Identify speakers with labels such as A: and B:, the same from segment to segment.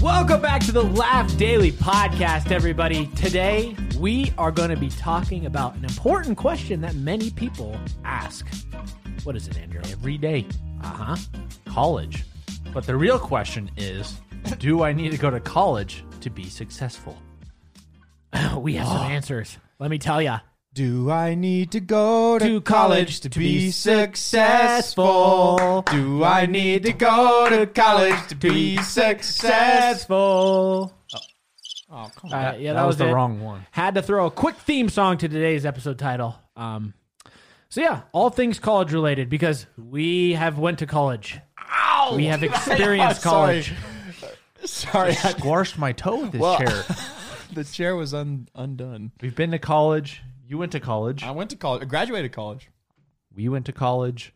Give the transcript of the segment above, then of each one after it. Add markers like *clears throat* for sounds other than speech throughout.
A: Welcome back to the Laugh Daily podcast, everybody. Today, we are going to be talking about an important question that many people ask. What is it, Andrew?
B: every day.
A: Uh huh. College.
B: But the real question is do I need to go to college to be successful?
A: *clears throat*
B: Ah.
A: We have some answers. Let me tell you.
C: Do I need to go to,
A: To college
C: college to be successful? Do I need to go to college to be successful?
A: Successful.
B: Oh, come
A: Uh, yeah, that,
B: was, the
A: it.
B: wrong one.
A: Had to throw a quick theme song to today's episode title. Um, so yeah, all things college related because we have went to college. We have
C: *laughs*
A: experienced
C: Sorry.
A: college.
C: Sorry, I-
B: Squashed my toe with this
C: Well-
B: chair.
C: *laughs* the chair was un- undone.
B: We've been to college. You went to college.
C: I went to college. I graduated college.
B: We went to college.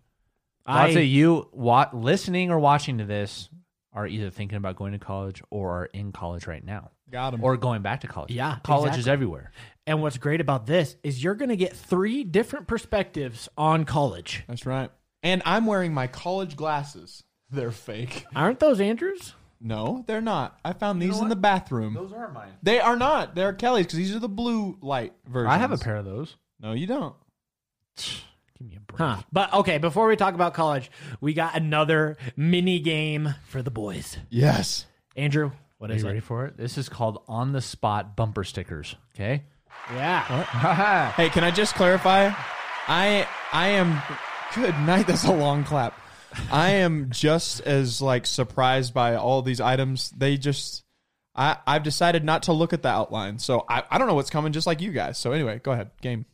A: I-
B: Lots of you wa- listening or watching to this are either thinking about going to college or are in college right now
C: Got him.
B: or going back to college.
A: Yeah,
B: College is
A: exactly.
B: everywhere.
A: And what's great about this is you're going to get three different perspectives on college.
C: That's right. And I'm wearing my college glasses. They're fake.
A: Aren't those Andrews?
C: No, they're not. I found these in the bathroom.
B: are mine.
C: they are not. They're Kelly's because these are the blue light versions.
B: I have a pair of those.
C: No, you don't.
B: Give me a break.
A: Huh. But okay, before we talk about college, we got another mini game for the boys.
C: Yes.
A: Andrew, what
B: Are
A: is
B: you
A: it?
B: ready for it? This is called on the spot bumper stickers. Okay.
A: Yeah.
C: Hey, can I just clarify? I I am good night. That's a long clap. I am just as like surprised by all these items. They just I I've decided not to look at the outline. So I I don't know what's coming just like you guys. So anyway, go ahead. Game.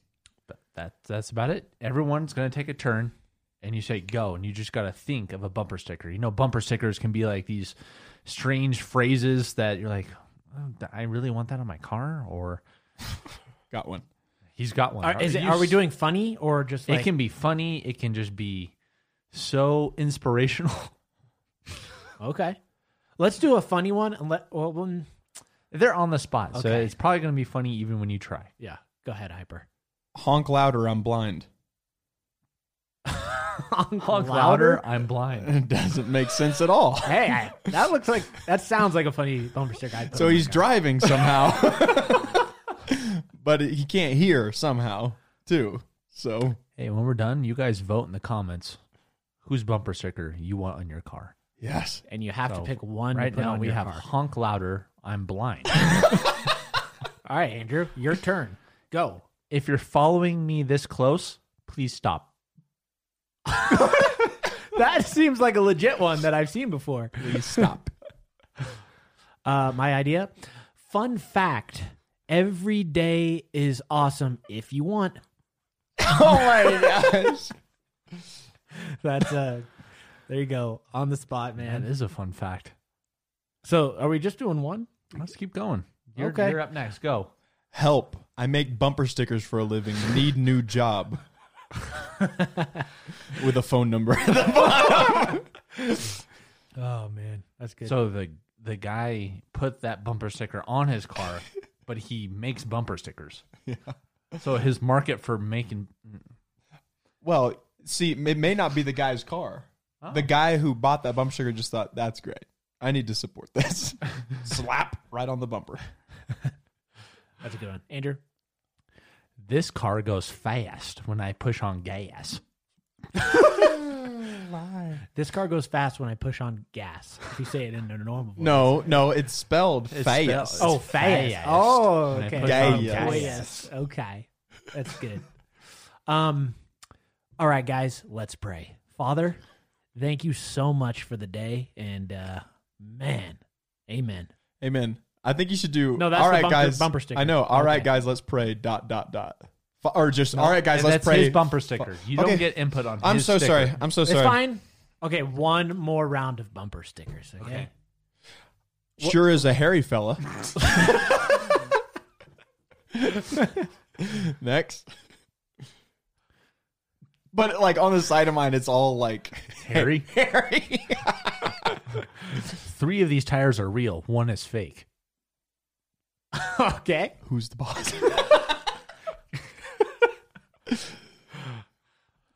B: that that's about it. Everyone's gonna take a turn, and you say go, and you just gotta think of a bumper sticker. You know, bumper stickers can be like these strange phrases that you're like, oh, th- I really want that on my car, or
C: Got one.
B: he's got one.
A: Are, is it,
B: you
A: are we
B: s-
A: doing funny or just
B: It
A: like
B: can be funny. It can just be so inspirational. *laughs*
A: Okay. Let's do a funny one and let well, mm,
B: They're on the spot, so
A: Okay.
B: it's probably gonna be funny even when you try.
A: yeah, go ahead, hyper.
C: Honk louder, I'm blind. *laughs*
B: Honk *laughs*
A: louder?
B: louder, I'm blind.
C: It doesn't make sense at all.
A: Hey, I- that looks like that sounds like a funny bumper sticker. I'd put
C: So
A: on my
C: he's
A: car.
C: driving somehow. *laughs* but he can't hear somehow, too. So
B: Hey, when we're done, you guys vote in the comments. Whose bumper sticker you want on your car?
C: yes.
A: and you have
B: So,
A: to pick one. to
B: Right
A: put
B: now,
A: on
B: we
A: your
B: have
A: car.
B: honk louder. I'm blind. *laughs*
A: All right, Andrew, your turn. Go.
B: if you're following me this close, please stop.
A: That seems like a legit one that I've seen before.
C: Please *laughs* stop.
A: Uh, my idea. Fun fact every day is awesome if you want.
C: oh my gosh.
A: That's uh there you go. On the spot,
B: That
A: man.
B: is a fun fact.
A: So are we just doing one?
B: Let's keep going. You're,
A: Okay.
B: you're up next. Go.
C: Help. I make bumper stickers for a living. Need new job. With a phone number. *laughs*
A: Oh man. That's good.
B: So the the guy put that bumper sticker on his
A: *laughs*
B: car, but he makes bumper stickers. So his market for making
C: well, see, it may not be the guy's car. The guy who bought that bumper sticker just thought, that's great. I need to support this. Slap right on the bumper.
A: That's a good one. Andrew.
B: this car goes fast when I push on gas.
A: This car goes fast when I push on gas. If you say it in a normal voice.
C: No, no, it's spelled
B: It's
C: fast.
B: spelled-
A: Oh, fast.
B: Fast.
A: Oh,
B: When I
A: okay.
B: put
C: on
A: Um,
C: gas.
A: oh, yes. Okay. That's good. um, all right, guys, let's pray. Father, thank you so much for the day. And uh, man, amen.
C: Oh. Amen. I think you should do.
A: No, that's
C: all
A: the
C: right,
A: bumper-
C: guys.
A: bumper sticker.
C: I know. All right,
A: Okay.
C: guys. Let's pray. Dot dot dot. F- Or just all right, guys.
B: And
C: let's
B: that's
C: pray.
B: his bumper sticker. You
C: Okay.
B: don't get input on.
C: I'm
B: his
C: so
B: sticker.
C: sorry. I'm so
A: It's
C: sorry.
A: fine. Okay, one more round of bumper stickers. Okay.
C: Sure is a hairy fella. Next. But like on the side of mine, it's all like
B: Harry,
C: hairy.
B: *laughs* three of these tires are real. One is fake.
A: *laughs* okay.
C: *laughs* Who's the boss?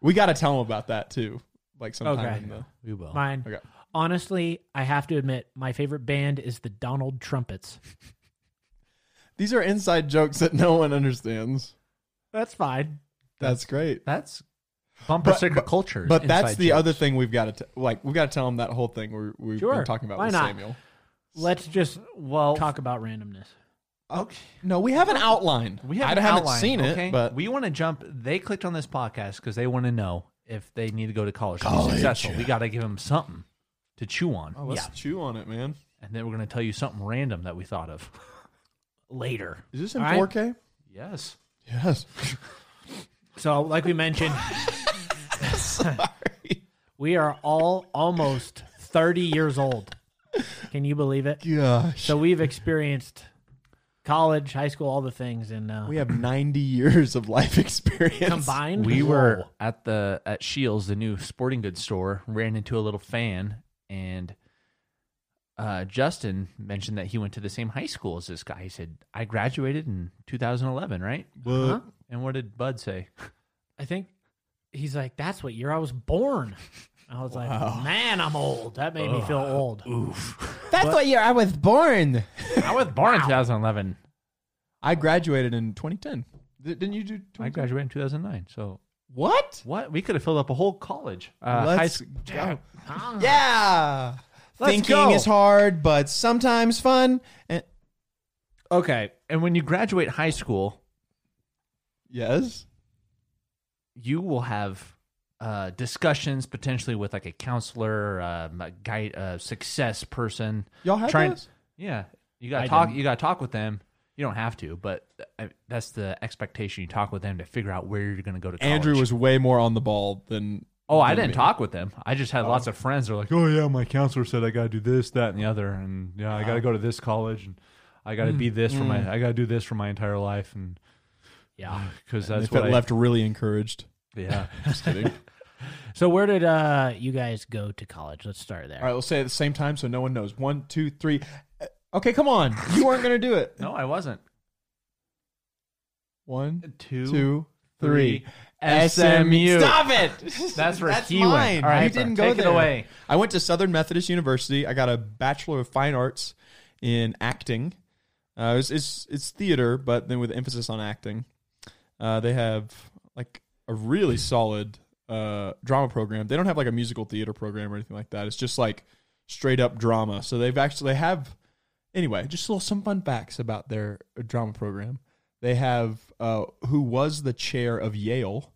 C: we got to tell him about that too. Like sometime.
A: Okay.
C: In the,
B: We will.
A: Mine.
C: okay.
A: Honestly, I have to admit, my favorite band is the Donald Trumpets.
C: These are inside jokes that no one understands.
A: That's fine.
C: That's great.
B: That's bumper
C: But-
B: sticker
C: but-
B: culture. is
C: But that's
B: inside
C: the
B: jokes.
C: other thing we've got to t- like. We've got to tell him that whole thing we're, we've
A: Sure.
C: been talking about
A: Why
C: with
A: not?
C: Samuel.
A: Let's just
B: Well,
A: talk about randomness.
C: Okay. No, we have an outline.
B: we have
C: I
B: an
C: haven't
B: outline,
C: seen it,
B: okay?
C: but
B: we want to jump. They clicked on this podcast because they want to know if they need to go to college, to be successful. We got to give them something to chew on.
C: let's chew on it, man.
B: and then we're going to tell you something random that we thought of.
A: Later.
C: Is this in
A: All right.
C: 4K?
B: Yes.
C: *laughs* Yes.
A: So, like we mentioned, we are all almost 30 years old. Can you believe it?
C: Gosh,
A: So, we've experienced college, high school, all the things, and uh,
C: *laughs* we have 90 years of life *laughs* experience.
A: combined,
B: We were at the at Shields, the new sporting goods store, ran into a little fan and uh, Justin mentioned that he went to the same high school as this guy. He said, "I graduated in 2011, right?"
C: What?
B: And what did Bud say?
A: I think he's like, that's what year I was born. I was like, man, I'm old. That made me feel old.
C: That's what year I was born.
B: I was born in 2011.
C: I graduated in 2010. Th- Didn't you do? 2010?
B: I graduated in 2009. So
C: What?
B: what? We could have filled up a whole college. Uh, high
C: Let's
B: school.
C: go. Yeah.
B: Ah. Let's
C: Thinking
B: go.
C: is hard, but sometimes fun. And-
B: Okay, and when you graduate high school,
C: yes.
B: you will have uh, discussions potentially with like a counselor, um, a guy, a success person.
C: Y'all had
B: Trying-
C: those?
B: Yeah, you got
A: I
B: to talk.
A: didn't.
B: You got to talk with them. You don't have to, but I, that's the expectation. You talk with them to figure out where you're going to go to college.
C: Andrew was way more on the ball than.
B: Oh, I
C: than
B: didn't
C: me.
B: talk with them. I just had lots of friends. They're like, "Oh yeah, my counselor said I got to do this, that, and the other, and yeah, I got to go to this college, and I got to
C: Hmm.
B: be this for my, I got to do this for my entire life, and *sighs*
A: Yeah.
B: because
C: And
B: that's
C: if
B: what
C: it
B: I,
C: left really encouraged. *laughs*
B: Yeah,
C: Just kidding.
A: So where did uh you guys go to college? Let's start there.
C: All right, let's say it at the same time so no one knows. One, two, three. Uh, Okay, come on. You weren't going to do it.
B: no, I wasn't.
C: One,
B: Two,
C: two, three.
B: three. SMU.
C: Stop it.
B: *laughs* That's where he
C: mine.
B: went. All right,
C: you didn't go
B: take
C: there.
B: it away.
C: I went to Southern Methodist University. I got a Bachelor of Fine Arts in acting. Uh, it's, it's it's theater, but then with emphasis on acting. Uh, they have like a really solid uh, drama program. They don't have like a musical theater program or anything like that. It's just like straight up drama. So they've actually they have anyway. Just little, some fun facts about their uh, drama program. They have uh, who was the chair of Yale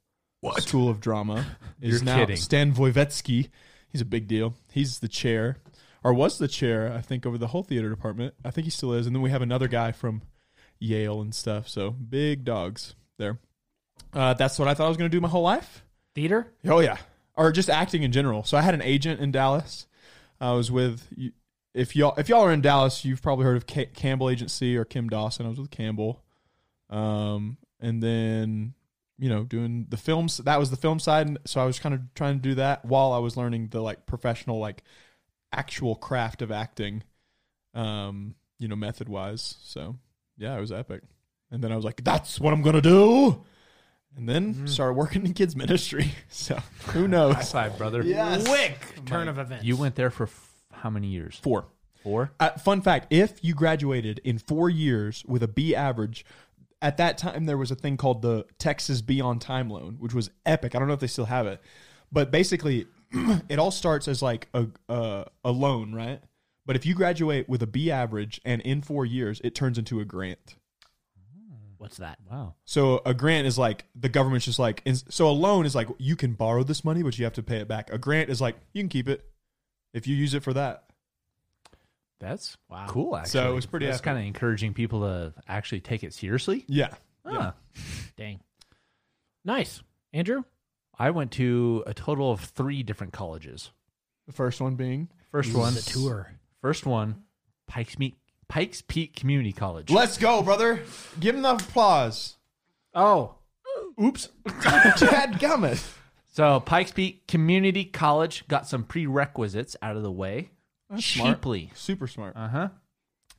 C: School of
B: *laughs*
C: Drama is
B: You're
C: now
B: kidding.
C: Stan Voivetsky. He's a big deal. He's the chair, or was the chair, I think, over the whole theater department. I think he still is. And then we have another guy from Yale and stuff. So big dogs there. Uh, that's what I thought I was going to do my whole life.
A: Theater?
C: Oh yeah, or just acting in general. So I had an agent in Dallas. I was with if y'all if y'all are in Dallas, you've probably heard of Ca Campbell Agency or Kim Dawson. I was with Campbell, um, and then you know doing the films. That was the film side, and so I was kind of trying to do that while I was learning the like professional like actual craft of acting, um, you know, method wise. So yeah, it was epic. And then I was like, that's what I'm gonna do. And then started working in kids ministry. *laughs* So who
B: High
C: knows?
B: five, brother.
A: Quick turn of events.
B: You went there for f- how many years?
C: Four.
B: Four.
C: Uh, fun fact: If you graduated in four years with a B average, at that time there was a thing called the Texas B on Time Loan, which was epic. I don't know if they still have it, but basically, *clears throat* it all starts as like a uh, a loan, right? But if you graduate with a B average and in four years, it turns into a grant.
A: What's that?
B: Wow.
C: So a grant is like the government's just like ins- so a loan is like you can borrow this money, but you have to pay it back. A grant is like you can keep it if you use it for that.
B: That's
A: Wow.
B: cool. Actually,
C: So it was pretty
B: That's
C: epic.
B: kind of encouraging people to actually take it seriously.
C: Yeah.
B: Yeah.
A: Dang. Nice. Andrew?
B: I went to a total of three different colleges.
C: The first one being
B: First
A: This
B: one,
A: is a tour.
B: first one, Pikes Peak, Pikes Peak Community College.
C: Let's go, brother. Give him the applause. *gasps*
A: Oh,
B: Oops.
C: Chad Gummit.
B: So Pikes Peak Community College got some prerequisites out of the way cheaply.
C: Super smart.
B: Uh huh.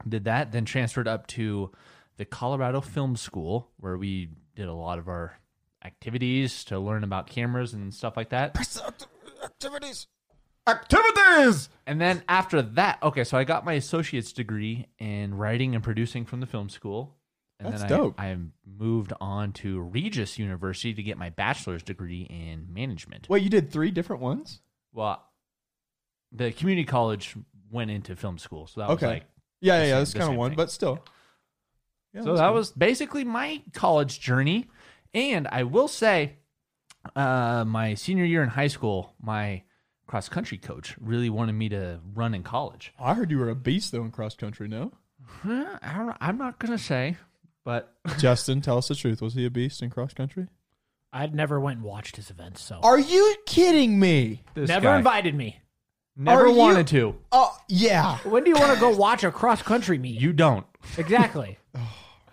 B: Did that, then transferred up to the Colorado Film School where we did a lot of our activities to learn about cameras and stuff like that.
C: Activities.
B: activities. And then after that, okay, so I got my associate's degree in writing and producing from the film school. And
C: That's
B: then I,
C: dope.
B: I moved on to Regis University to get my bachelor's degree in management.
C: Wait, you did three different ones?
B: Well, the community college went into film school, so that
C: Okay.
B: was like
C: yeah,
B: the
C: yeah,
B: same-
C: yeah. That's
B: the
C: kind of
B: same
C: one,
B: thing.
C: but still. Yeah,
B: so
C: that's
B: that
C: cool.
B: was basically my college journey. And I will say, uh, my senior year in high school, my cross country coach really wanted me to run in college.
C: I heard you were a beast though in cross country.
B: *laughs*
C: No,
B: Huh, I don't, I'm not gonna say, but
C: Justin, tell us the truth. Was he a beast in cross country?
A: I never went and watched his events, so
C: Are you kidding me?
B: *laughs* this
A: never
B: guy
A: invited me.
B: never
C: are you-
B: wanted to.
C: Oh yeah.
A: When do you want to
B: *laughs*
A: go watch a cross country meet?
B: You don't. *laughs*
A: exactly.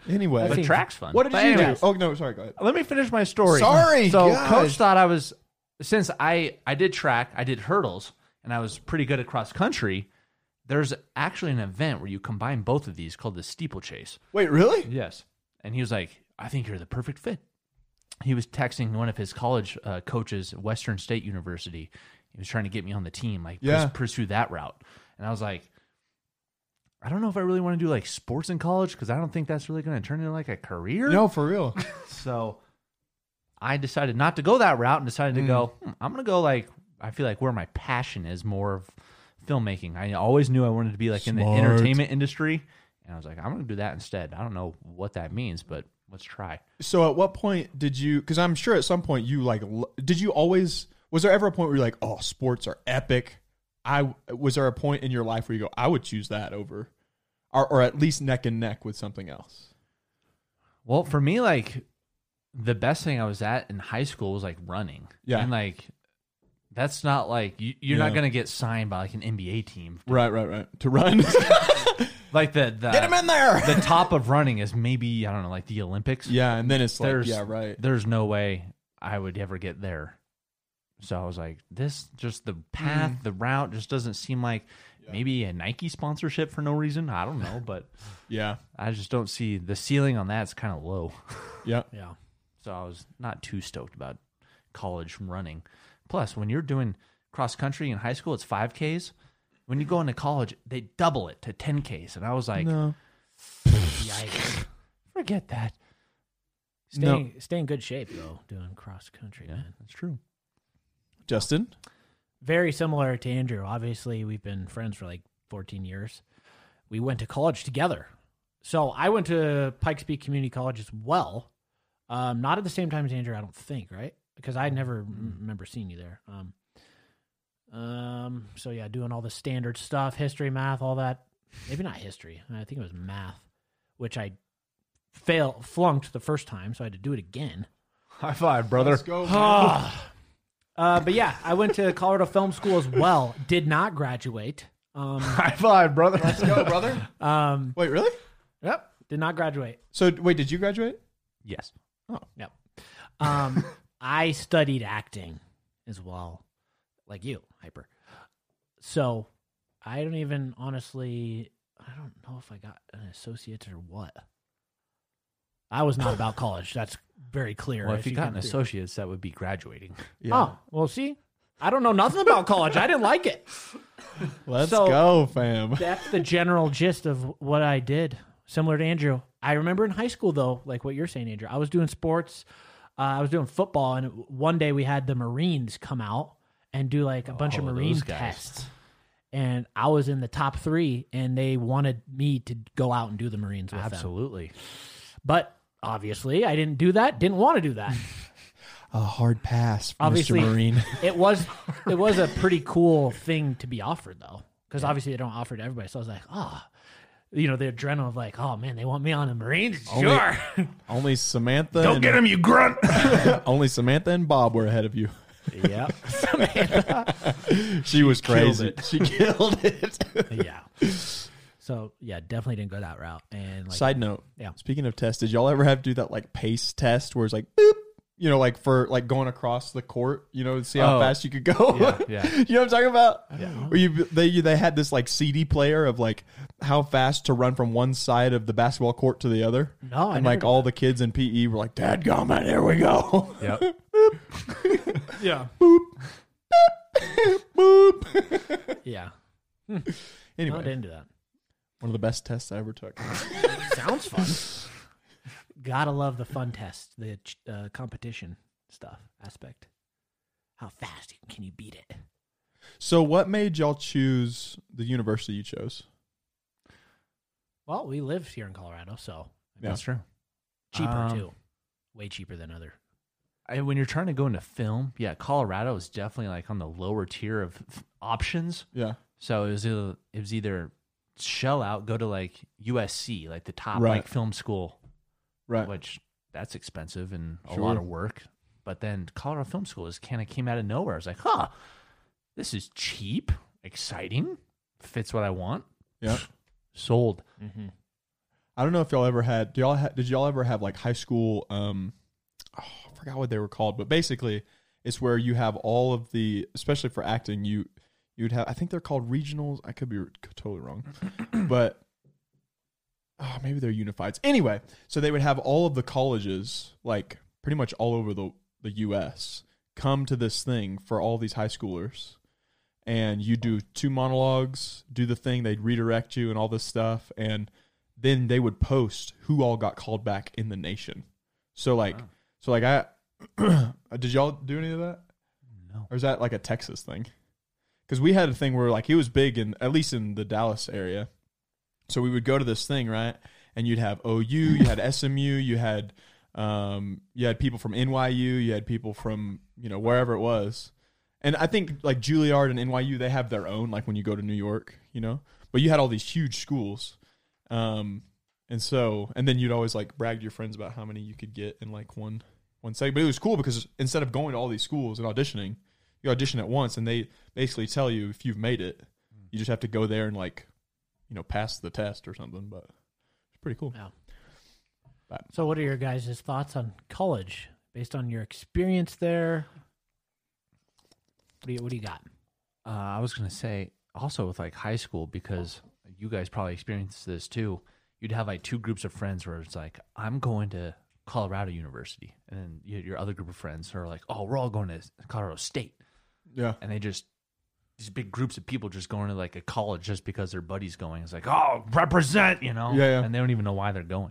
C: Anyway,
A: That
B: But
A: seems-
B: track's fun.
C: what did
B: But
C: you
B: anyways,
C: do? Oh no, sorry. Go ahead.
B: Let me finish my story.
C: Sorry,
B: So
C: gosh.
B: coach thought I was since I I did track, I did hurdles, and I was pretty good at cross country. There's actually an event where you combine both of these called the steeplechase.
C: Wait, really?
B: Yes. And he was like, I think you're the perfect fit. He was texting one of his college uh, coaches at Western State University. He was trying to get me on the team, like,
C: Yeah.
B: purs- pursue that route. And I was like, I don't know if I really want to do like sports in college because I don't think that's really going to turn into like a career.
C: No, for real.
B: So I decided not to go that route and decided to go,
C: Mm.
B: hmm, I'm going to go like, I feel like where my passion is more of filmmaking. I always knew I wanted to be like in the
C: Smart.
B: entertainment industry. And I was like, I'm going to do that instead. I don't know what that means, but let's try.
C: So at what point did you? Because I'm sure at some point you like. l- Did you always? Was there ever a point where you're like, "Oh, sports are epic"? I was there a point in your life where you go, "I would choose that over," or, or at least neck and neck with something else.
B: Well, for me, like the best thing I was at in high school was like running.
C: Yeah.
B: And like, that's not like you, you're not
C: Yeah.
B: going to get signed by like an NBA team.
C: Right, right, right. To *laughs* run,
B: Like the, the,
C: get him in there.
B: the top of running is maybe, I don't know, like the Olympics.
C: yeah, and then it's like,
B: there's
C: yeah, right.
B: there's no way I would ever get there. So I was like, this just the path, the route just doesn't seem like maybe a Nike sponsorship for no reason. I don't know, but
C: Yeah,
B: I just don't see the ceiling on that's kind of low. *laughs*
C: yeah.
A: Yeah.
B: So I was not too stoked about college running. Plus, when you're doing cross country in high school, it's 5Ks. When you go into college, they double it to 10Ks. And I was like,
C: no,
A: Yikes.
B: forget that.
C: no.
A: Staying, stay in good shape though, doing cross country, man.
B: That's true.
C: Justin,
A: Very similar to Andrew. Obviously, we've been friends for like 14 years. We went to college together. So I went to Pikes Peak Community College as well. Um, not at the same time as Andrew, I don't think, right? Because I never m- remember seeing you there. Um, um, so yeah, doing all the standard stuff, history, math, all that. Maybe not history. I think it was math, which I fail flunked the first time, so I had to do it again.
B: High five, brother.
C: go. Ah.
A: Uh, but yeah, I went to Colorado Film School as well. Did not graduate.
B: *laughs*
A: Um,
B: High five, brother.
C: go, brother.
A: um,
C: Wait, really?
A: yep, did not graduate.
C: So wait, did you graduate?
B: Yes.
A: Yep. Um, I studied acting as well, like you, hyper. So I don't even honestly. I don't know if I got an associate's or what. I was not about college. That's very clear.
B: Well, if you got
A: can
B: an
A: see.
B: associate's, that would be graduating.
A: oh well, see, I don't know nothing about college. I didn't like it.
C: Let's
A: so-
C: go, fam.
A: that's the general gist of what I did. Similar to Andrew, I remember in high school though, like what you're saying, Andrew. I was doing sports, uh, I was doing football, and one day we had the Marines come out and do like a bunch of
B: Oh, those
A: Marine
B: guys.
A: tests, and I was in the top three, and they wanted me to go out and do the Marines with them.
B: Absolutely.
A: But obviously, I didn't do that. Didn't want to do that.
C: A hard pass, for
A: Obviously,
C: Mr. Marine.
A: it was it was a pretty cool thing to be offered though, because obviously they don't offer it to everybody. So I was like, ah, you know, the adrenaline of like, oh man, they want me on the Marines.
C: Only-
A: Sure.
C: Only Samantha.
B: Go *laughs*
C: and,
B: get him, you grunt.
C: *laughs* Only Samantha and Bob were ahead of you.
A: yeah.
C: *laughs* She was crazy.
A: it.
C: She killed it.
A: *laughs* yeah. So yeah, definitely didn't go that route. And
C: *laughs*
A: like,
C: Side note.
A: Yeah.
C: Speaking of tests, did y'all ever have to do that like pace test where it's like boop? You know, like for like going across the court, you know, to see how
B: Oh.
C: fast you could go.
B: Yeah, yeah.
C: *laughs* you know what I'm talking about? Yeah. Where you they you- they had this like CD player of like how fast to run from one side of the basketball court to the other.
A: No, I
C: and
A: never
C: like
A: did
C: all the kids in PE were like, "Dad, gum, there we go."
B: *laughs* yep.
C: *laughs*
A: yeah,
C: boop. *laughs*
A: yeah. No, I
C: Anyway,
A: didn't do that.
C: one of the best tests I ever took.
A: Sounds fun. *laughs* Gotta love the fun test, the ch- uh, competition stuff aspect. How fast can you beat it?
C: so, what made y'all choose the university you chose?
A: Well, we lived here in Colorado, so
C: Yeah.
B: That's true.
A: cheaper
B: Um,
A: too, way cheaper than other.
B: I, when you're trying to go into film, yeah, Colorado is definitely like on the lower tier of f- options.
C: Yeah.
B: So it was either, it was either shell out, go to like USC, like the top
C: Right.
B: like film school,
C: Right.
B: which that's expensive and a
C: Sure.
B: lot of work. But then Colorado Film School is kind of came out of nowhere. I was like, huh, this is cheap, exciting, fits what I want.
C: Yeah.
B: Sold.
C: I don't know if y'all ever had. Do y'all ha, did y'all ever have like high school? Um, oh, I forgot what they were called, but basically, it's where you have all of the, especially for acting, you you'd have. I think they're called regionals. I could be totally wrong, but oh, maybe they're unifieds. Anyway, so they would have all of the colleges, like pretty much all over the the U.S., come to this thing for all these high schoolers. And you do two monologues, do the thing, they'd redirect you and all this stuff. And then they would post who all got called back in the nation. So like, so like I, *clears throat* did y'all do any of that?
B: No.
C: Or is that like a Texas thing? Because we had a thing where like it was big in at least in the Dallas area. So we would go to this thing right, and you'd have OU, you had SMU, you had, um, you had people from NYU, you had people from you know wherever it was. And I think like Juilliard and NYU, they have their own. Like when you go to New York, you know. But you had all these huge schools, um, and so and then you'd always like brag to your friends about how many you could get in like one one segment. But it was cool because instead of going to all these schools and auditioning, you audition at once, and they basically tell you if you've made it. You just have to go there and like, you know, pass the test or something. But it's pretty cool.
A: Yeah.
C: But-
A: So, what are your guys' thoughts on college based on your experience there? What do you What do you got?
B: Uh, I was gonna say also with like high school because you guys probably experienced this too. You'd have like two groups of friends where it's like I'm going to Colorado University, and then you- your other group of friends are like, oh, we're all going to Colorado State,
C: Yeah,
B: and they just these big groups of people just going to like a college just because their buddy's going. It's like, oh, represent, you know?
C: Yeah, yeah.
B: And they don't even know why they're going.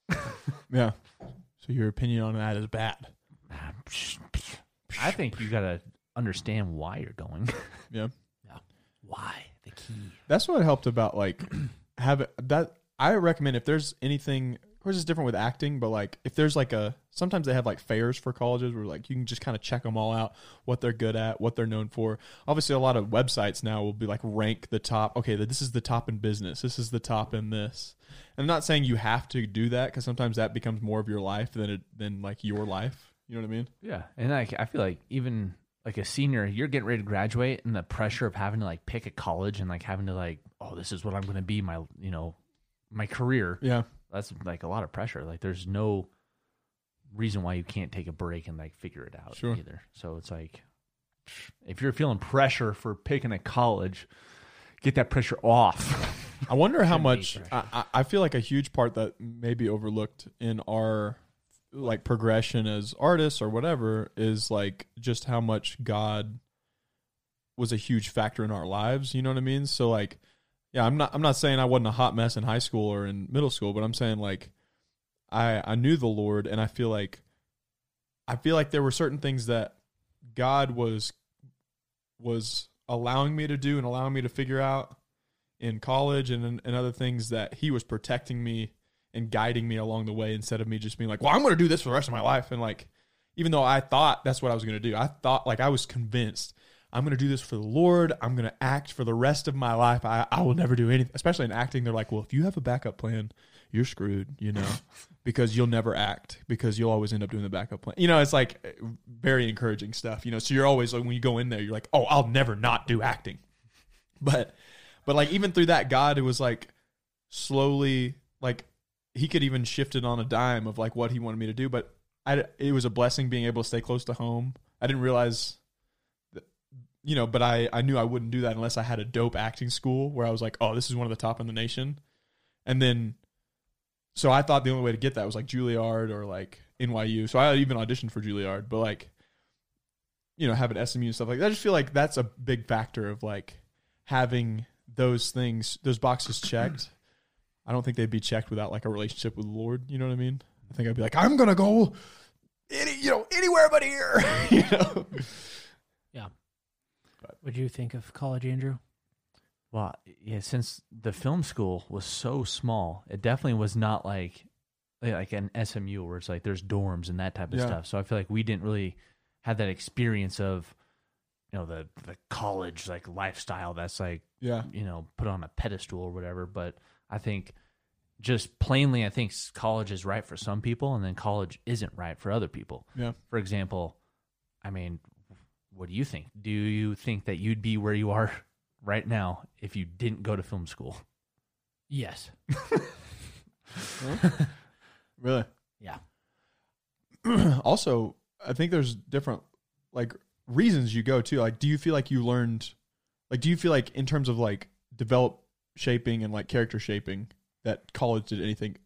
B: *sighs*
C: yeah. So your opinion on that is bad.
B: I think you gotta understand why you're going. *laughs*
C: Yeah.
A: Why the key?
C: That's what helped about like *clears throat* have it- that. I recommend if there's anything, of course, it's different with acting, but like if there's like a sometimes they have like fairs for colleges where like you can just kind of check them all out, what they're good at, what they're known for. Obviously, a lot of websites now will be like rank the top. Okay, this is the top in business. This is the top in this. And I'm not saying you have to do that because sometimes that becomes more of your life than it than like your life. You know what I mean?
B: Yeah, and like I feel like even like a senior, you're getting ready to graduate, and the pressure of having to like pick a college and like having to like, oh, this is what I'm going to be my you know my career.
C: Yeah.
B: That's like a lot of pressure. Like there's no reason why you can't take a break and like figure it out
C: Sure.
B: either. So it's like if you're feeling pressure for picking a college, get that pressure off. *laughs*
C: I wonder how much I, I I feel like a huge part that may be overlooked in our like progression as artists or whatever is like just how much God was a huge factor in our lives, you know what I mean? So like yeah, I'm not I'm not saying I wasn't a hot mess in high school or in middle school, but I'm saying like I I knew the Lord and I feel like I feel like there were certain things that God was was allowing me to do and allowing me to figure out in college and and other things that he was protecting me and guiding me along the way instead of me just being like, well, I'm going to do this for the rest of my life. And like, even though I thought that's what I was going to do, I thought like I was convinced I'm going to do this for the Lord. I'm going to act for the rest of my life. I, I will never do anything, especially in acting. They're like, well, if you have a backup plan, you're screwed, you know, because you'll never act because you'll always end up doing the backup plan. You know, it's like eh, very encouraging stuff, you know. So you're always like, when you go in there, you're like, oh, I'll never not do acting. But, but like, even through that, God, it was like slowly, like, he could even shift it on a dime of like what he wanted me to do. But I, it was a blessing being able to stay close to home. I didn't realize you know, but I, I knew I wouldn't do that unless I had a dope acting school where I was like, oh, this is one of the top in the nation. And then, so I thought the only way to get that was like Juilliard or like NYU. So I even auditioned for Juilliard, but like, you know, having SMU and stuff like that. I just feel like that's a big factor of like having those things, those boxes checked. *clears throat* I don't think they'd be checked without like a relationship with the Lord. You know what I mean? I think I'd be like, I'm going to go any, you know, anywhere but here, *laughs* you know?
A: What do you think of college, Andrew?
B: Well, yeah, since the film school was so small, it definitely was not like like an SMU where it's like there's dorms and that type of
C: Yeah.
B: stuff. So I feel like we didn't really have that experience of you know the the college like lifestyle that's like
C: Yeah.
B: you know put on a pedestal or whatever. But I think just plainly, I think s- college is right for some people, and then college isn't right for other people.
C: Yeah.
B: For example, I mean, what do you think? Do you think that you'd be where you are *laughs* right now if you didn't go to film
C: *laughs*
B: school?
A: Yes.
C: Really?
A: Yeah.
C: *clears throat* also, I think there's different like reasons you go too. Like, do you feel like you learned? Like, do you feel like in terms of like develop shaping and like character shaping that college did anything?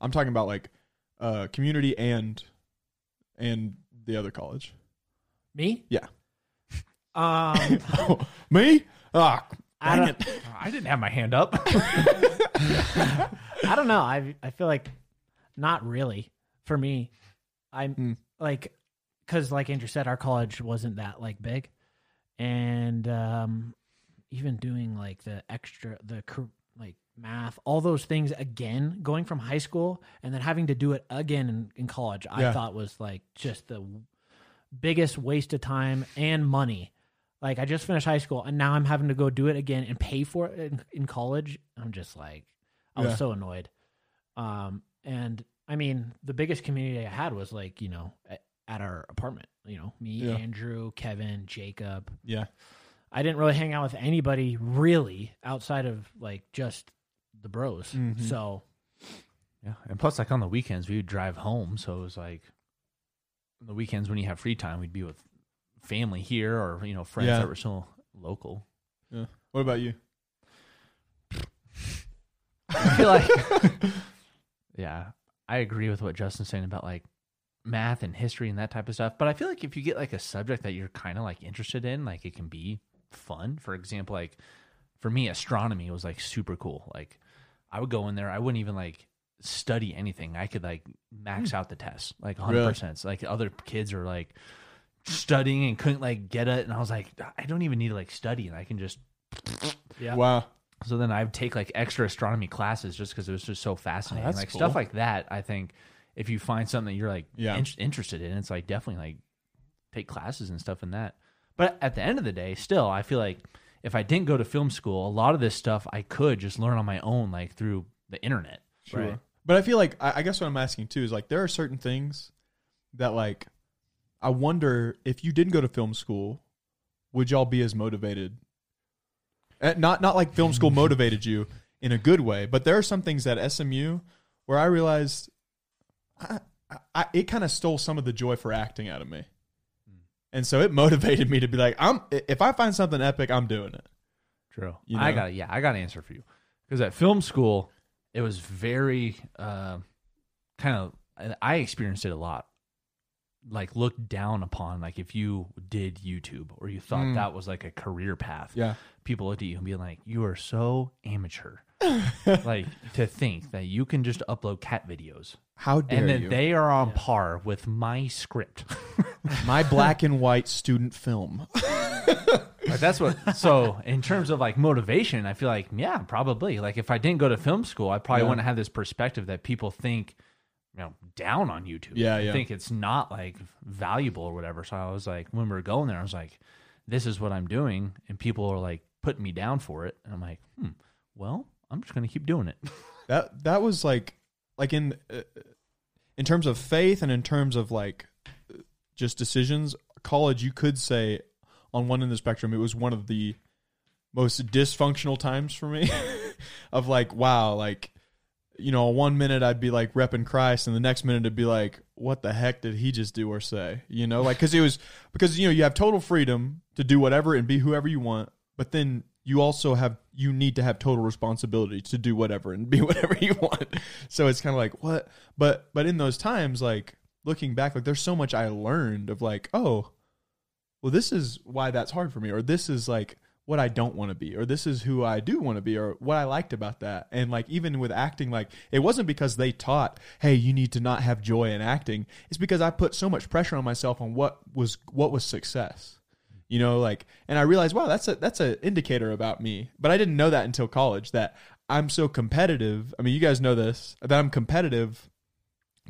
C: I'm talking about like uh community and and the other college.
A: Me?
C: Yeah.
A: Um,
C: Me? Ah,
A: I
C: dang
A: don't-
C: it.
B: I didn't have my hand up. *laughs*
A: I don't know. I I feel like not really for me. I'm like because like Andrew said, our college wasn't that like big, and um, even doing like the extra the cur- like math, all those things again, going from high school and then having to do it again in, in college, I
C: Yeah.
A: thought was like just the biggest waste of time and money. Like I just finished high school and now I'm having to go do it again and pay for it in, in college. I'm just like I was
C: Yeah.
A: so annoyed. Um and I mean the biggest community I had was like, you know, at, at our apartment, you know, me,
C: Yeah.
A: Andrew, Kevin, Jacob.
C: yeah.
A: I didn't really hang out with anybody really outside of like just the bros.
C: Mm-hmm.
A: So
B: yeah, and plus, like on the weekends, we would drive home, so it was like on the weekends when you have free time, we'd be with family here or you know friends
C: Yeah.
B: that were so local.
C: Yeah. What about you?
B: I feel like yeah i agree with what justin's saying about like math and history and that type of stuff but i feel like if you get like a subject that you're kind of like interested in like it can be fun for example like for me astronomy was like super cool like i would go in there i wouldn't even like study anything i could like max out the test like 100% like other kids are like studying and couldn't like get it and i was like i don't even need to like study and i can just
A: Yeah.
C: Wow.
B: so then I would take like extra astronomy classes just because it was just so fascinating.
C: Oh, that's
B: like
C: cool.
B: stuff like that, I think if you find something that you're like
C: Yeah.
B: in- interested in, it's like definitely like take classes and stuff in that. But at the end of the day, still, I feel like if I didn't go to film school, a lot of this stuff I could just learn on my own, like through the internet.
C: Sure. But I feel like I, I guess what I'm asking too is like there are certain things that like I wonder if you didn't go to film school, would y'all be as motivated? Eh, Not not like film school motivated you in a good way, but there are some things at SMU where I realized I, I- I, it kind of stole some of the joy for acting out of me, and so it *laughs* motivated me to be like, I'm if I find something epic, I'm doing it.
B: True.
C: You
B: I
C: know?
B: got yeah, I got an answer for you. Because at film school, it was very uh, kind of I- I experienced it a lot. Like looked down upon, like if you did YouTube or you thought that was like a career path.
C: Mm. Yeah.
B: People looked at you and be like, "You are so
C: *laughs*
B: amateur." like to think that you can just upload cat videos
C: How dare
B: and that
C: you?
B: they are on par with my script.
C: *laughs*
B: *laughs*
C: My black and white student film.
B: Like, that's what. So in terms of like motivation, I feel like yeah, probably. Like if I didn't go to film school, I probably
C: Yeah.
B: wouldn't have this perspective that people think, you know, down on YouTube.
C: Yeah,
B: They
C: yeah.
B: Think it's not like valuable or whatever. So I was like, when we were going there, I was like, this is what I'm doing, and people are like putting me down for it, and I'm like, hmm, well, I'm just gonna keep doing it.
C: That that was like like in uh, in terms of faith and in terms of like uh, just decisions, college you could say on one end of the spectrum it was one of the most dysfunctional times for me *laughs* of like wow, like you know, one minute I'd be like repping Christ and the next minute it'd be like what the heck did he just do or say? You know, like cuz it was because you know, you have total freedom to do whatever and be whoever you want, but then you also have you need to have total responsibility to do whatever and be *laughs* whatever you want. So it's kind of like what, but but in those times, like looking back, like there's so much I learned of like oh, well this is why that's hard for me, or this is like what I don't want to be, or this is who I do want to be, or what I liked about that, and like even with acting, like it wasn't because they taught, hey, you need to not have joy in acting. It's because I put so much pressure on myself on what was what was success you know like and i realized wow that's a that's an indicator about me but i didn't know that until college that i'm so competitive i mean you guys know this that i'm competitive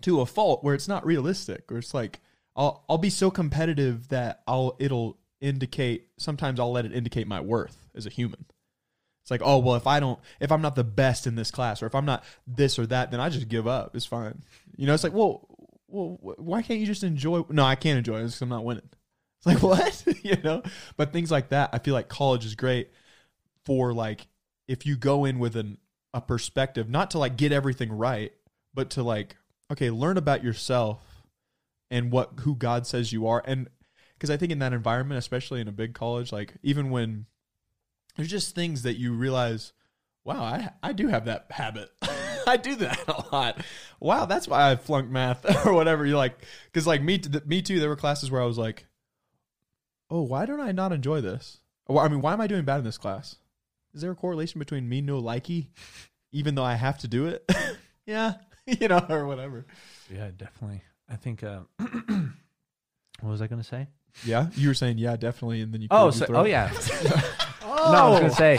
C: to a fault where it's not realistic or it's like i'll i'll be so competitive that i'll it'll indicate sometimes i'll let it indicate my worth as a human it's like oh well if i don't if i'm not the best in this class or if i'm not this or that then i just give up it's fine you know it's like well well wh- why can't you just enjoy no i can't enjoy it because i'm not winning *laughs* it's like what *laughs* you know, but things like that. I feel like college is great for like if you go in with an a perspective, not to like get everything right, but to like okay, learn about yourself and what who God says you are, and because I think in that environment, especially in a big college, like even when there's just things that you realize, wow, I I do have that habit. *laughs* I do that a lot. Wow, that's why I flunked math *laughs* or whatever. You're like, because like me, t- me too. There were classes where I was like, oh, why don't I not enjoy this? Well, I mean, why am I doing bad in this class? Is there a correlation between me no likey, even though I have to do it? *laughs* yeah, you know, or whatever.
B: *laughs* yeah, definitely. I think. Uh, *clears throat* what was I gonna say?
C: Yeah, you were saying yeah, definitely, and then you Oh.
B: Oh,
C: cleared
B: so,
C: your
B: oh
C: throat. *laughs*
B: yeah. *laughs* No, I was gonna say.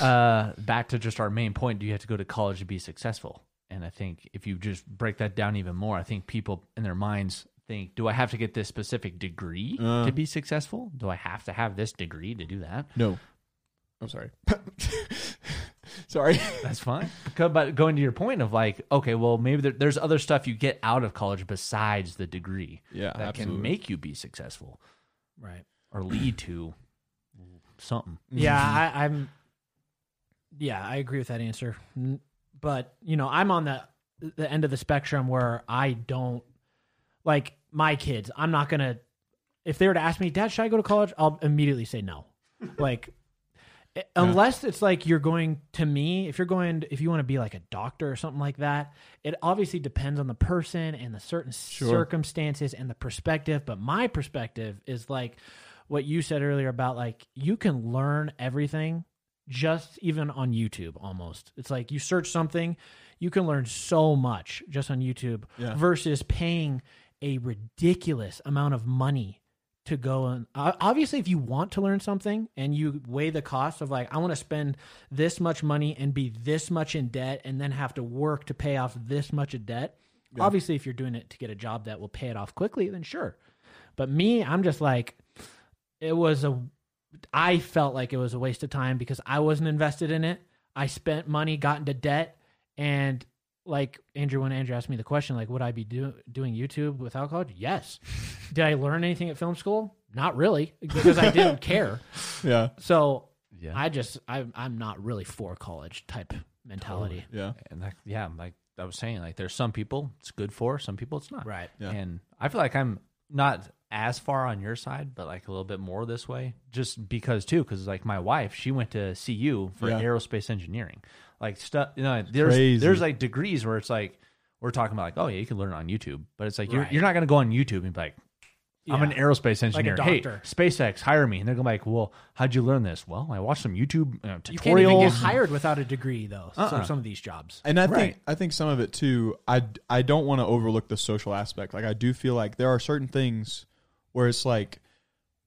B: Uh, back to just our main point: Do you have to go to college to be successful? And I think if you just break that down even more, I think people in their minds think, "Do I have to get this specific degree
C: Uh.
B: to be successful? Do I have to have this degree to do that?"
C: No, I'm sorry. *laughs* sorry.
B: That's *laughs* fine. Go- But going to your point of like, okay, well, maybe there, there's other stuff you get out of college besides the degree
C: Yeah,
B: that
C: Uh, absolutely.
B: can make you be successful
A: Right.
B: or lead to something.
C: Mm-hmm.
A: Yeah, I, I'm. Yeah, I agree with that answer. N- But you know, I'm on the the end of the spectrum where I don't like my kids. I'm not gonna. If they were to ask me, Dad, should I go to college? I'll immediately say no. Like, *laughs* i- unless it's like you're going to me. If you're going, if you want to be like a doctor or something like that, it obviously depends on the person and the certain circumstances and the perspective. But my perspective is like what you said earlier about like you can learn everything just even on YouTube almost. It's like you search something, you can learn so much just on YouTube
C: Yeah.
A: versus paying a ridiculous amount of money to go and o- obviously if you want to learn something and you weigh the cost of like I want to spend this much money and be this much in debt and then have to work to pay off this much of debt. Obviously if you're doing it to get a job that will pay it off quickly then sure. But me, I'm just like it was a I felt like it was a waste of time because I wasn't invested in it. I spent money, got into debt, and like Andrew, when Andrew asked me the question, like, would I be do- doing YouTube without college?
B: *laughs*
A: Yes. Did I learn anything at film school? Not really, because I
B: *laughs*
A: didn't care.
C: Yeah,
A: So
B: Yeah.
A: I just, I, I'm not really for college type mentality.
C: yeah.
B: and like yeah like i was saying like there's some people it's good for some people it's not
A: Right.
C: Yeah.
B: and i feel like i'm not as far on your side but like a little bit more this way just because too because like my wife she went to cu for
C: Yeah.
B: aerospace engineering like stuff you know there's
C: Crazy.
B: there's like degrees where it's like we're talking about like oh yeah you can learn on youtube but it's like you're,
A: Right.
B: you're not going to go on youtube and be like I'm an
A: Yeah.
B: aerospace
A: Like a
B: engineer. hey,
A: doctor.
B: SpaceX, hire me. And they're going to be like, well, how'd you learn this? Well, I watched some YouTube uh, tutorials.
A: You can't even get hired without a degree, though.
B: Uh-uh.
A: Some, some of these jobs.
C: And I
B: Right.
C: think I think some of it too. I I don't want to overlook the social aspect. Like I do feel like there are certain things where it's like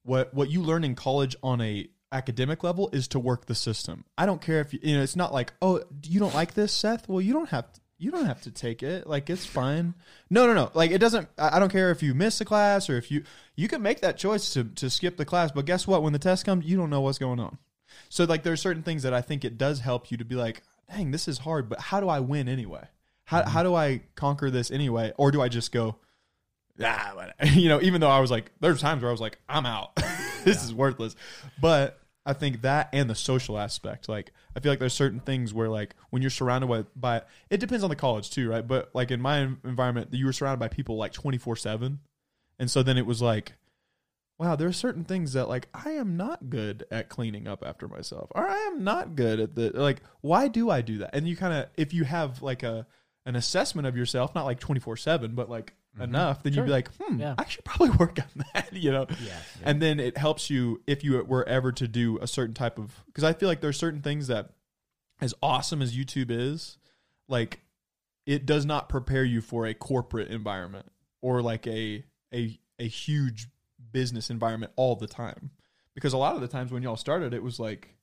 C: what what you learn in college on a academic level is to work the system. I don't care if you you know it's not like oh you don't like this Seth. Well you don't have you don't have to take it. Like it's fine. No, no, no. Like it doesn't. I I don't care if you miss the class or if you you can make that choice to to skip the class. But guess what? When the test comes, you don't know what's going on. So like there's certain things that I think it does help you to be like, dang, this is hard, but how do I win anyway? How how do I conquer this anyway? Or do I just go? Ah, what-" *laughs* you know, even though I was like, there's times where I was like, I'm out. *laughs* this is worthless. But I think that and the social aspect. Like, I feel like there's certain things where, like, when you're surrounded by, by it depends on the college too, right? But like in my en- environment, you were surrounded by people like 24 7. And so then it was like, wow, there are certain things that, like, I am not good at cleaning up after myself, or I am not good at the, like, why do I do that? And you kind of, if you have like a, an assessment of yourself, not like 24 7, but like, Enough, then you'd be like, hmm,
A: Yeah.
C: I should probably *laughs* work on that, you know? And then it helps you if you were ever to do a certain type of because I feel like there's certain things that as awesome as YouTube is, like it does not prepare you for a corporate environment or like a a a huge business environment all the time. Because a lot of the times when y'all started it was like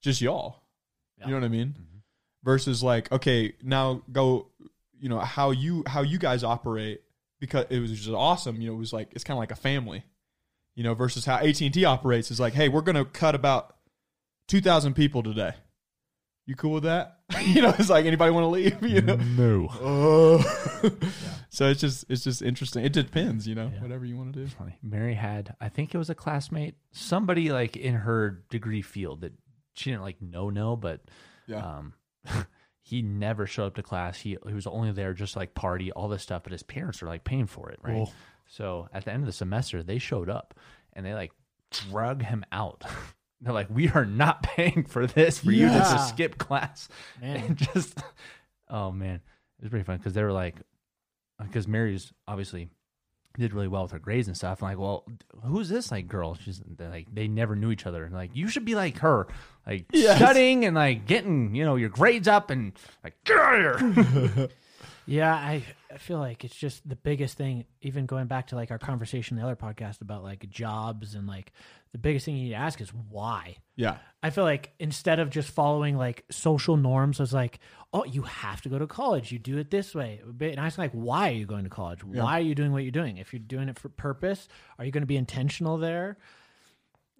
C: just y'all.
A: Yeah. Mm-hmm.
C: You know what I mean? Versus like, okay, now go you know, how you how you guys operate because it was just awesome, you know, it was like it's kinda like a family you know, versus how AT&T operates is like, hey, we're going to cut about 2,000 people today. You cool with that? *laughs* you know, it's like anybody want to leave, *laughs* you
A: Mm-hmm.
C: know?
B: *laughs* No.
C: Oh. *laughs* So it's just it's just interesting. It depends, you know,
B: Yeah.
C: whatever you want to do.
B: Funny. Mary had, I think it was a classmate, somebody like in her degree field that she didn't like no no, but
C: Yeah.
B: um, *laughs* he never showed up to class. He he was only there just to, like party, all this stuff, but his parents were like paying for it, right?
C: Whoa.
B: So at the end of the semester, they showed up and they like drug him out. *laughs* They're like, we are not *laughs* paying for this for you to
A: Yeah.
B: just skip class
A: Man.
B: and *laughs* just. Oh man, it was pretty fun because they were like, because Mary's obviously did really well with her grades and stuff. I'm like, well, who's this like girl? She's they're like they never knew each other. And like you should be like her, like
C: Yes.
B: studying and like getting you know your grades up and like get out of here.
A: Yeah, I, I feel like it's just the biggest thing, even going back to like our conversation in the other podcast about like jobs and like the biggest thing you need to ask is why.
C: Yeah.
A: I feel like instead of just following like social norms, I was like, oh, you have to go to college. You do it this way. And I was like, why are you going to college? Why are you doing what you're doing? If you're doing it for purpose, are you going to be intentional there?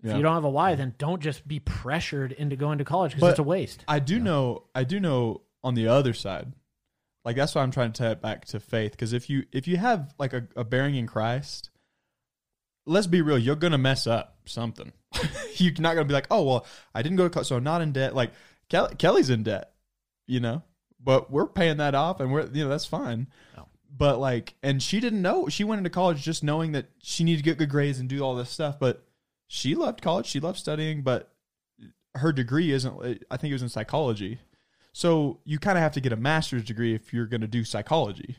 A: If
C: Yeah.
A: you don't have a why, then don't just be pressured into going to college because
C: But-
A: it's a waste.
C: I do know I do know on the other side. Like that's why I'm trying to tie it back to faith because if you if you have like a, a bearing in Christ, let's be real, you're gonna mess up something. *laughs* you're not gonna be like, oh well, I didn't go to college, so I'm not in debt. Like Kelly, Kelly's in debt, you know, but we're paying that off, and we're you know that's fine. But like, and she didn't know she went into college just knowing that she needed to get good grades and do all this stuff. But she loved college, she loved studying, but her degree isn't. I think it was in psychology. So you kind of have to get a master's degree if you're going to do psychology.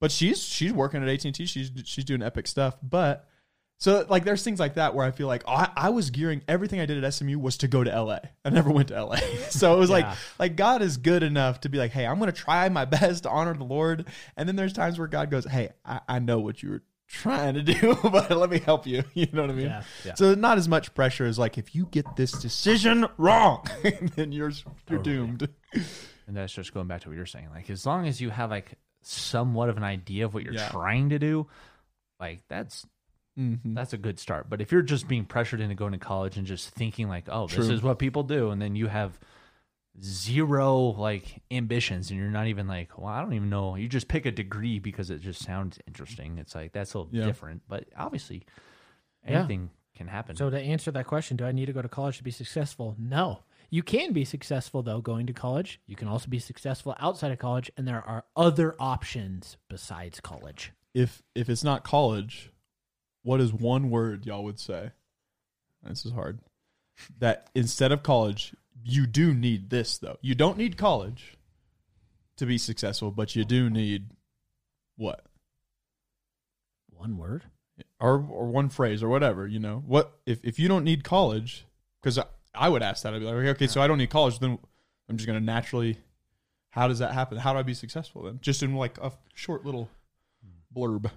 C: But she's she's working at AT and T. She's she's doing epic stuff. But so like there's things like that where I feel like oh, I, I was gearing everything I did at SMU was to go to LA. *laughs* I never went to LA. so it was like like God is good enough to be like, hey, I'm going to try my *laughs* best to honor the Lord. And then there's times where God goes, hey, I, I know what you were trying to *laughs* do, but let me help you. *laughs* You know what I mean?
A: Yeah, yeah.
C: So not as much pressure as like if you get this decision wrong, *laughs* then you're you're doomed.
B: And that's just going back to what you're saying. Like as long as you have like somewhat of an idea of what you're
C: Yeah.
B: trying to do, like that's
C: Mm-hmm.
B: that's a good start. But if you're just being pressured into going to college and just thinking like, oh, this
C: True.
B: is what people do, and then you have zero like ambitions and you're not even like, well, I don't even know. You just pick a degree because it just sounds interesting. It's like that's a little
C: Yeah.
B: different. But obviously
A: Yeah.
B: anything can happen.
A: So to answer that question, do I need to go to college to be successful? No. You can be successful though going to college. You can also be successful outside of college and there are other options besides college.
C: If if it's not college, what is one word y'all would say? This is hard. That instead of college, you do need this though. You don't need college to be successful, but you do need what?
A: One word.
C: or or one phrase or whatever, you know. What if if you don't need college? Because I, I would ask that. I'd be like, okay, okay, so I don't need college. Then I'm just gonna naturally. How does that happen? How do I be successful then? Just in like a short little blurb.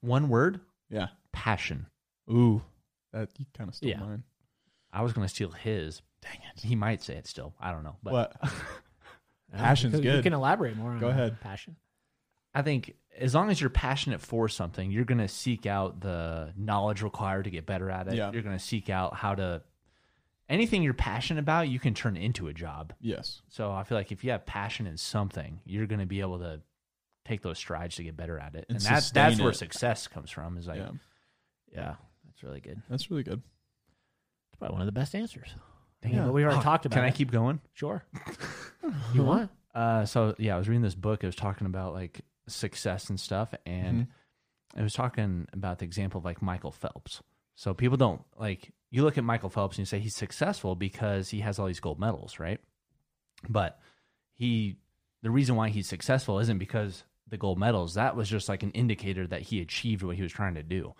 B: one word,
C: Yeah.
B: passion.
C: Ooh, that you kind of stole
A: Yeah.
C: mine.
B: I was gonna steal his. Dang it. He might say it still. I don't know. But
C: What? Passion's
A: You can- You
C: good.
A: can elaborate more on
C: Go ahead.
A: passion.
B: I think as long as you're passionate for something, you're going to seek out the knowledge required to get better at it.
C: Yeah.
B: You're going to seek out how to anything you're passionate about, you can turn into a job.
C: *laughs* Yes.
B: So I feel like if you have passion in something, you're going to be able to take those strides to get better at it.
C: And
B: And, that's that's
C: sustain
B: where
C: it.
B: success comes from is like,
C: yeah.
B: yeah, that's really good.
C: That's really good.
A: It's probably one of the best answers. Dang it,
C: Yeah.
A: but we already
B: Oh,
A: talked about
B: Can I
A: it.
B: keep going? *laughs*
A: Sure. you want?
B: Uh, so yeah, I was reading this book. It was talking about like success and stuff,
C: Mm-hmm.
B: and it was talking about the example of like Michael Phelps. So people don't like you look at Michael Phelps and you say he's successful because he has all these gold medals, right? But he, the reason why he's successful isn't because the gold medals. That was just like an indicator that he achieved what he was trying to do.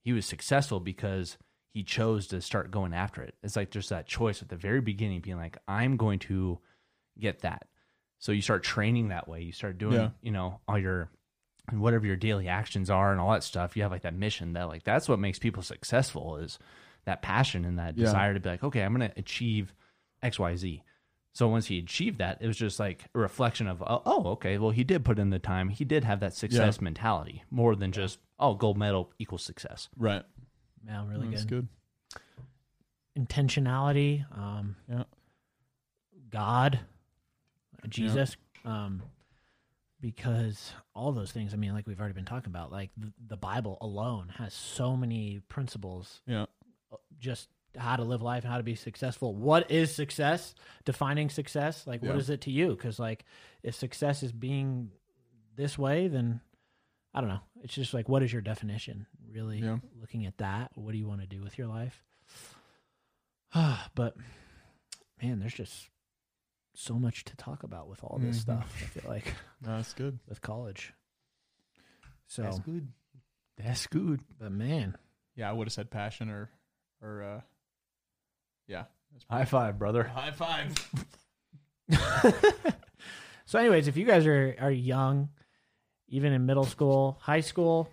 B: He was successful because he chose to start going after it. It's like just that choice at the very beginning, being like, I'm going to get that. So you start training that way. You start doing,
C: Yeah.
B: you know, all your and whatever your daily actions are and all that stuff. You have like that mission that like that's what makes people successful is that passion and that
C: Yeah.
B: desire to be like, okay, I'm gonna achieve X, Y, Z. So once he achieved that, it was just like a reflection of, oh, oh, okay, well, he did put in the time. He did have that success mentality more than just, oh, gold medal equals success.
C: Right.
A: Yeah, really
C: That's
A: good.
C: good.
A: Intentionality. Um,
C: Yeah.
A: God, Jesus, um, because all those things. I mean, like we've already been talking about, like the, the Bible alone has so many principles,
C: Yeah.
A: just how to live life and how to be successful. What is success? Defining success, like what
C: Yeah.
A: is it to you? Because like, if success is being this way, then I don't know. It's just like, what is your definition? Really
C: Yeah.
A: looking at that. What do you want to do with your life? *sighs* but man, there's just so much to talk about with all this
C: Mhm.
A: stuff. I feel like
C: No, that's good.
A: with college. So,
C: good.
B: That's good.
A: but man,
C: Yeah, I would have said passion or, or, uh, yeah. That's
B: High five, brother.
C: High five.
A: So, anyways, if you guys are are young, even in middle school, high school,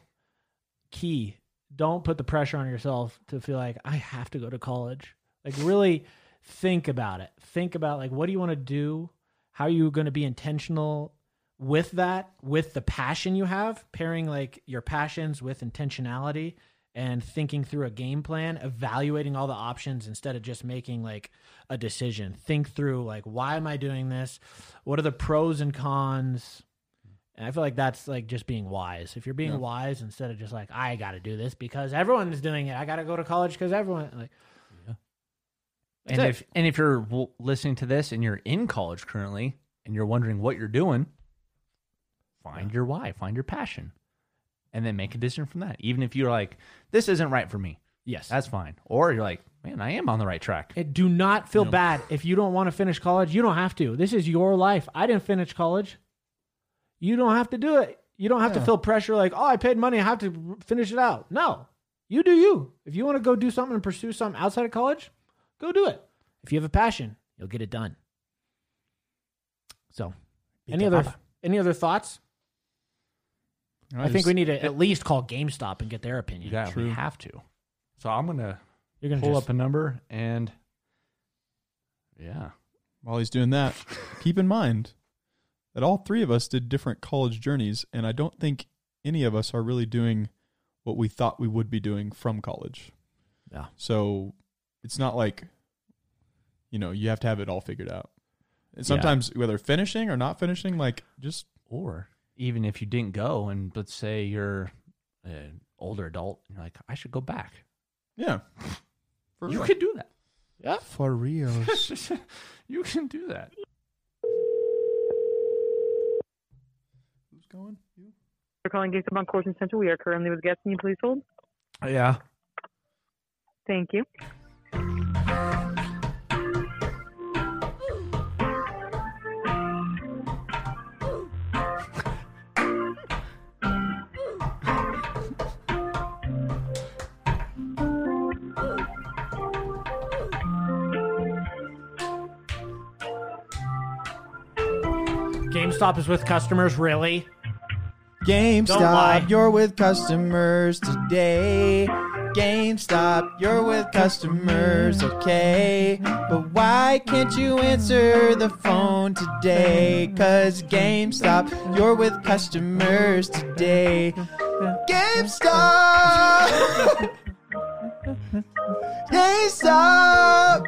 A: key, don't put the pressure on yourself to feel like I have to go to college. Like really think about it. Think about like what do you want to do? How are you going to be intentional with that, with the passion you have, pairing like your passions with intentionality and thinking through a game plan, evaluating all the options instead of just making like a decision. Think through like why am I doing this? What are the pros and cons? And I feel like that's like just being wise. If you're being
C: Yeah.
A: wise instead of just like I got to do this because everyone is doing it. I got to go to college because everyone like
B: And
A: That's
B: if and if you're w- listening to this and you're in college currently and you're wondering what you're doing, find your why, find your passion, and then make a decision from that. Even if you're like, this isn't right for me,
A: yes.
B: that's fine. Or you're like, man, I am on the right track.
A: And do not feel bad if you don't want to finish college. You don't have to. This is your life. I didn't finish college. You don't have to do it. You don't have to feel pressure like, oh, I paid money. I have to finish it out. No, you do you. If you want to go do something and pursue something outside of college, go do it. If you have a passion, you'll get it done. So, any other any other thoughts? I, think we need to at least call GameStop and get their opinion.
B: You got
C: True.
B: we have to. So I'm gonna
A: You're gonna
B: pull
A: just,
B: up a number and yeah,
C: While he's doing that, keep in mind that all three of us did different college journeys, and I don't think any of us are really doing what we thought we would be doing from college.
A: Yeah.
C: So it's not like, you know, you have to have it all figured out. And sometimes, whether finishing or not finishing, like just
B: or even if you didn't go and let's say you're an older adult, and you're like, I should go back.
C: yeah, for
B: you
C: real.
B: could do that.
A: yeah.
C: for real.
B: *laughs* you can do that.
C: Who's going? You?
D: We're calling Gigabon Course and Central. We are currently with guests. Can you please hold?
B: Yeah.
D: Thank you.
A: GameStop is with customers. Really?
E: GameStop,
A: lie.
E: you're with customers today.
F: GameStop, you're with customers, okay? But why can't you answer the phone today? Cause GameStop, you're with customers today. GameStop! *laughs* hey, stop!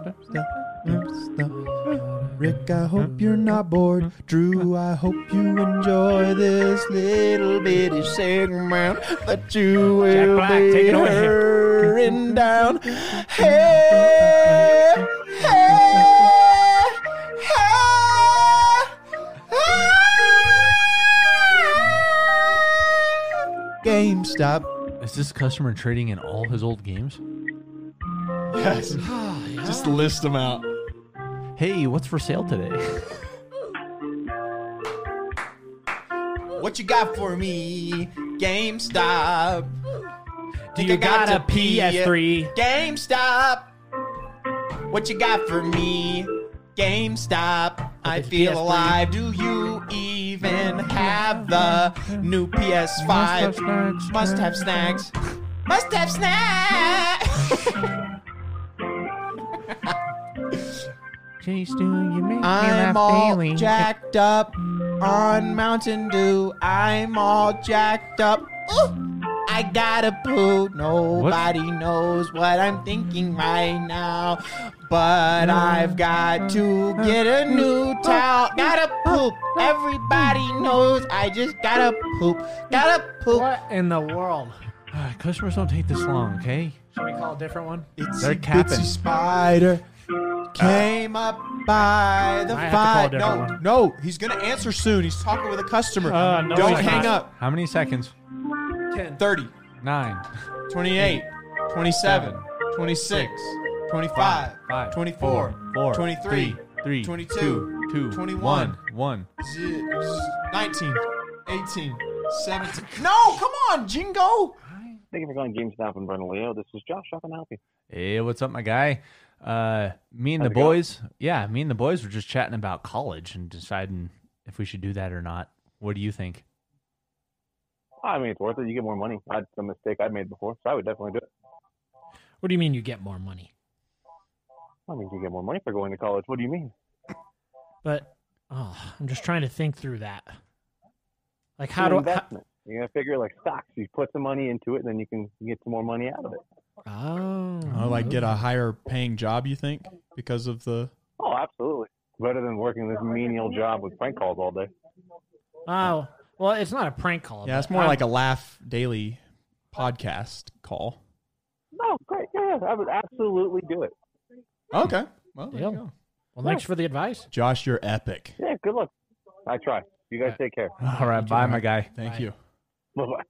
F: Rick, I hope you're not bored. Drew, I hope you enjoy this little bitty segment that you will
A: Black,
F: be
A: take it away.
F: hearing down. Hey, hey, hey, hey. GameStop.
B: Is this customer trading in all his old games?
F: Yes. Just list them out.
B: Hey, what's for sale today? *laughs*
F: What you got for me? GameStop.
A: Do you got a PS3?
F: GameStop. What you got for me? GameStop. I
A: it's
F: feel
A: PS3.
F: alive. Do you even have the new PS5? Must have snacks. Must have snacks. *laughs*
B: Chase, do you make
F: I'm all jacked up on Mountain Dew. I'm all jacked up. Ooh, I gotta poo. Nobody knows what I'm thinking right now. But I've got to get a new towel. Gotta poop. Everybody knows I just gotta poop. Gotta poop.
A: What in the world?
B: *sighs* Customers don't take this long, okay?
A: Should we call a different one?
F: It's
B: They're
F: a
B: capping.
F: bitsy spider came up by the
A: Uh, have to call a
F: fire. No,
A: different one.
F: no, he's gonna answer soon. He's talking with a customer.
A: Uh, no,
F: Don't
A: he's
F: hang
A: not.
F: up.
B: How many seconds?
F: 30,
B: Nine.
F: 28, 27, 26, 25,
B: Five.
F: 24,
B: Four.
F: 23,
B: Three.
F: 22,
B: Two.
F: 21,
B: One. One.
F: z- 19, 18, 17. No, come on, Jingo.
E: Thank you for calling GameStop in Brenda Leo. This is Josh. How can I help you?
B: Hey, what's up, my guy? Uh, me and the
E: it going?
B: boys, yeah, me and the boys were just chatting about college and deciding if we should do that or not. What do you think?
E: I mean, it's worth it. You get more money. That's a mistake I've made before, so I would definitely do it.
A: What do you mean you get more money?
E: I mean, you get more money for going to college. What do you mean?
A: But oh, I'm just trying to think through that. Like
E: It's
A: how
E: an
A: do I?
E: investment? You're gonna figure like stocks. You put some money into it, and then you can get some more money out of it.
A: Oh,
F: Uh, a higher paying job, you think, because of the.
E: Oh, absolutely. Better than working this menial job with prank calls all day.
A: Oh, well, it's not a prank call. but I'm-
F: a laugh daily podcast call.
E: No, great. Yeah, I would absolutely do it.
F: Okay. Well,
A: there you go. Well, thanks for the advice.
F: Josh, you're epic.
E: Yeah, good luck. I try. You guys take care.
B: All right, bye, my guy.
F: Thank you.
E: Bye bye.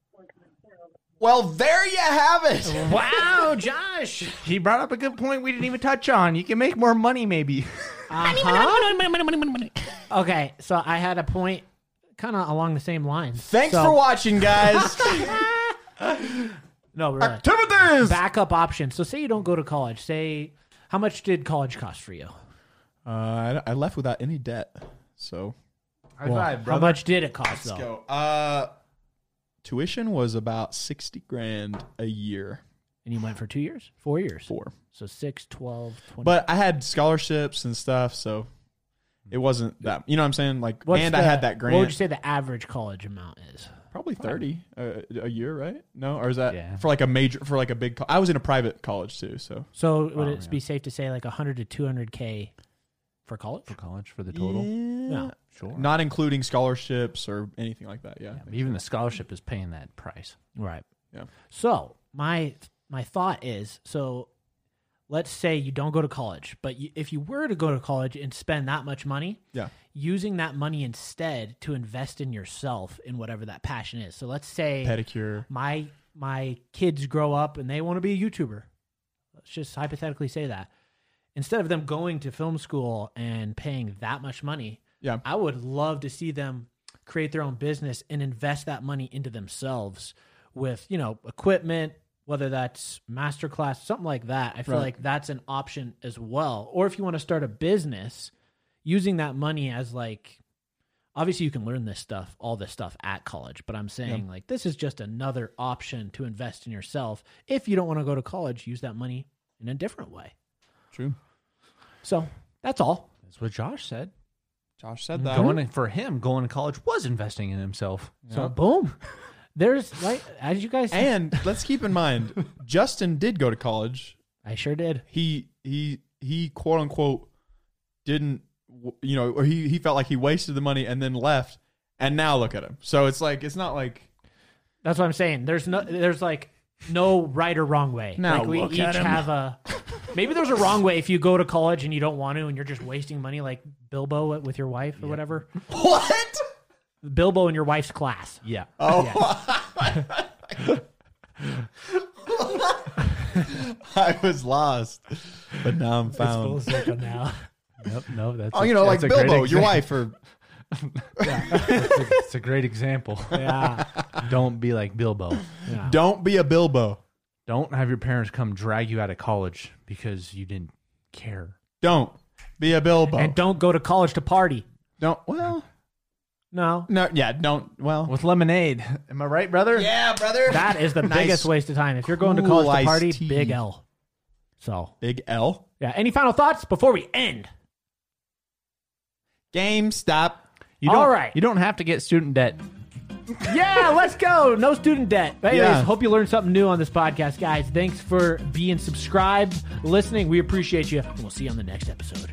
F: Well, there you have it.
A: *laughs* *laughs* Wow, Josh.
B: He brought up a good point we didn't even touch on. You can make more money, maybe.
A: Uh-huh. okay, so I had a point kind of along the same lines.
F: Thanks
A: So-
F: for watching, guys.
A: No, really. uh,
F: Timothy's.
A: Backup option. So say you don't go to college. Say, how much did college cost for you?
F: Uh, I, I left without any debt, so
B: High
A: Well, how much did it cost though?
F: let's go. Uh, tuition was about sixty grand a year
A: And you went for two years, four years.
F: for,
A: So six, twelve, twenty.
F: but I had scholarships and stuff, so it wasn't that. You know what I'm saying? Like,
A: What's
F: and I
A: the-
F: had that
A: What would you
F: grant,
A: say the average college amount is?
F: probably thirty a, a year, right? No, or is that
B: Yeah.
F: for like a major for like a big? Co- I was in a private college too, so
A: So would it be safe to say like hundred to two hundred k for college?
B: For college for the total?
A: No,
B: Sure.
F: not including scholarships or anything like that. Yeah,
B: Even the scholarship is paying that price.
A: right.
F: Yeah.
A: So my my thought is so. Let's say you don't go to college, but you, if you were to go to college and spend that much money,
F: yeah.
A: using that money instead to invest in yourself in whatever that passion is. So let's say
F: Pedicure.
A: my my kids grow up and they want to be a YouTuber. Let's just hypothetically say that. Instead of them going to film school and paying that much money,
F: Yeah.
A: I would love to see them create their own business and invest that money into themselves with, you know, equipment, whether that's masterclass, something like that. I feel
F: Right.
A: like that's an option as well. Or if you want to start a business, using that money as like obviously you can learn this stuff, all this stuff at college, but I'm saying like this is just another option to invest in yourself. If you don't want to go to college, use that money in a different way.
C: True.
A: So that's all.
B: That's what Josh said.
C: Josh said that.
B: Going to- for him, going to college was investing in himself.
A: So boom. There's like as you guys
C: and let's keep in mind,
B: *laughs*
C: Justin did go to college.
A: I sure did.
C: He he he quote unquote didn't w- you know or he he felt like he wasted the money and then left and now look at him. So it's like it's not like
A: That's what I'm saying. There's no there's like no right or wrong way.
C: Now
A: like we
C: look
A: each
C: at him.
A: have a maybe there's a wrong way if you go to college and you don't want to and you're just wasting money like Bilbo with your wife or whatever.
C: what?
A: Bilbo in your wife's class.
B: Yeah.
C: Oh. *laughs* I was lost, but now I'm found.
A: Philosophical now.
B: *laughs* Nope, no, that's
C: Oh,
B: a-
C: you know, like
B: that's a great
C: Bilbo, your
B: example.
C: wife, or
B: *laughs* it's a great example.
A: Yeah.
B: Don't be like Bilbo.
A: yeah.
C: don't be a Bilbo.
B: Don't have your parents come drag you out of college because you didn't care.
C: Don't be a Bilbo.
A: And don't go to college to party.
C: don't. Well,
A: No.
C: no, yeah, don't. Well,
B: With lemonade. Am I right, brother?
C: yeah, brother.
A: That is the
C: Nice.
A: biggest waste of time. If you're going to
C: Cool
A: college to
C: iced
A: party,
C: tea.
A: big L. So
C: Big L.
A: yeah. Any final thoughts before we end?
C: Game stop.
B: You don't,
A: All right.
B: You don't have to get student debt.
A: yeah, let's go. No student debt. But anyways,
C: Yeah.
A: hope you learned something new on this podcast, guys. Thanks for being subscribed, listening. We appreciate you, and we'll see you on the next episode.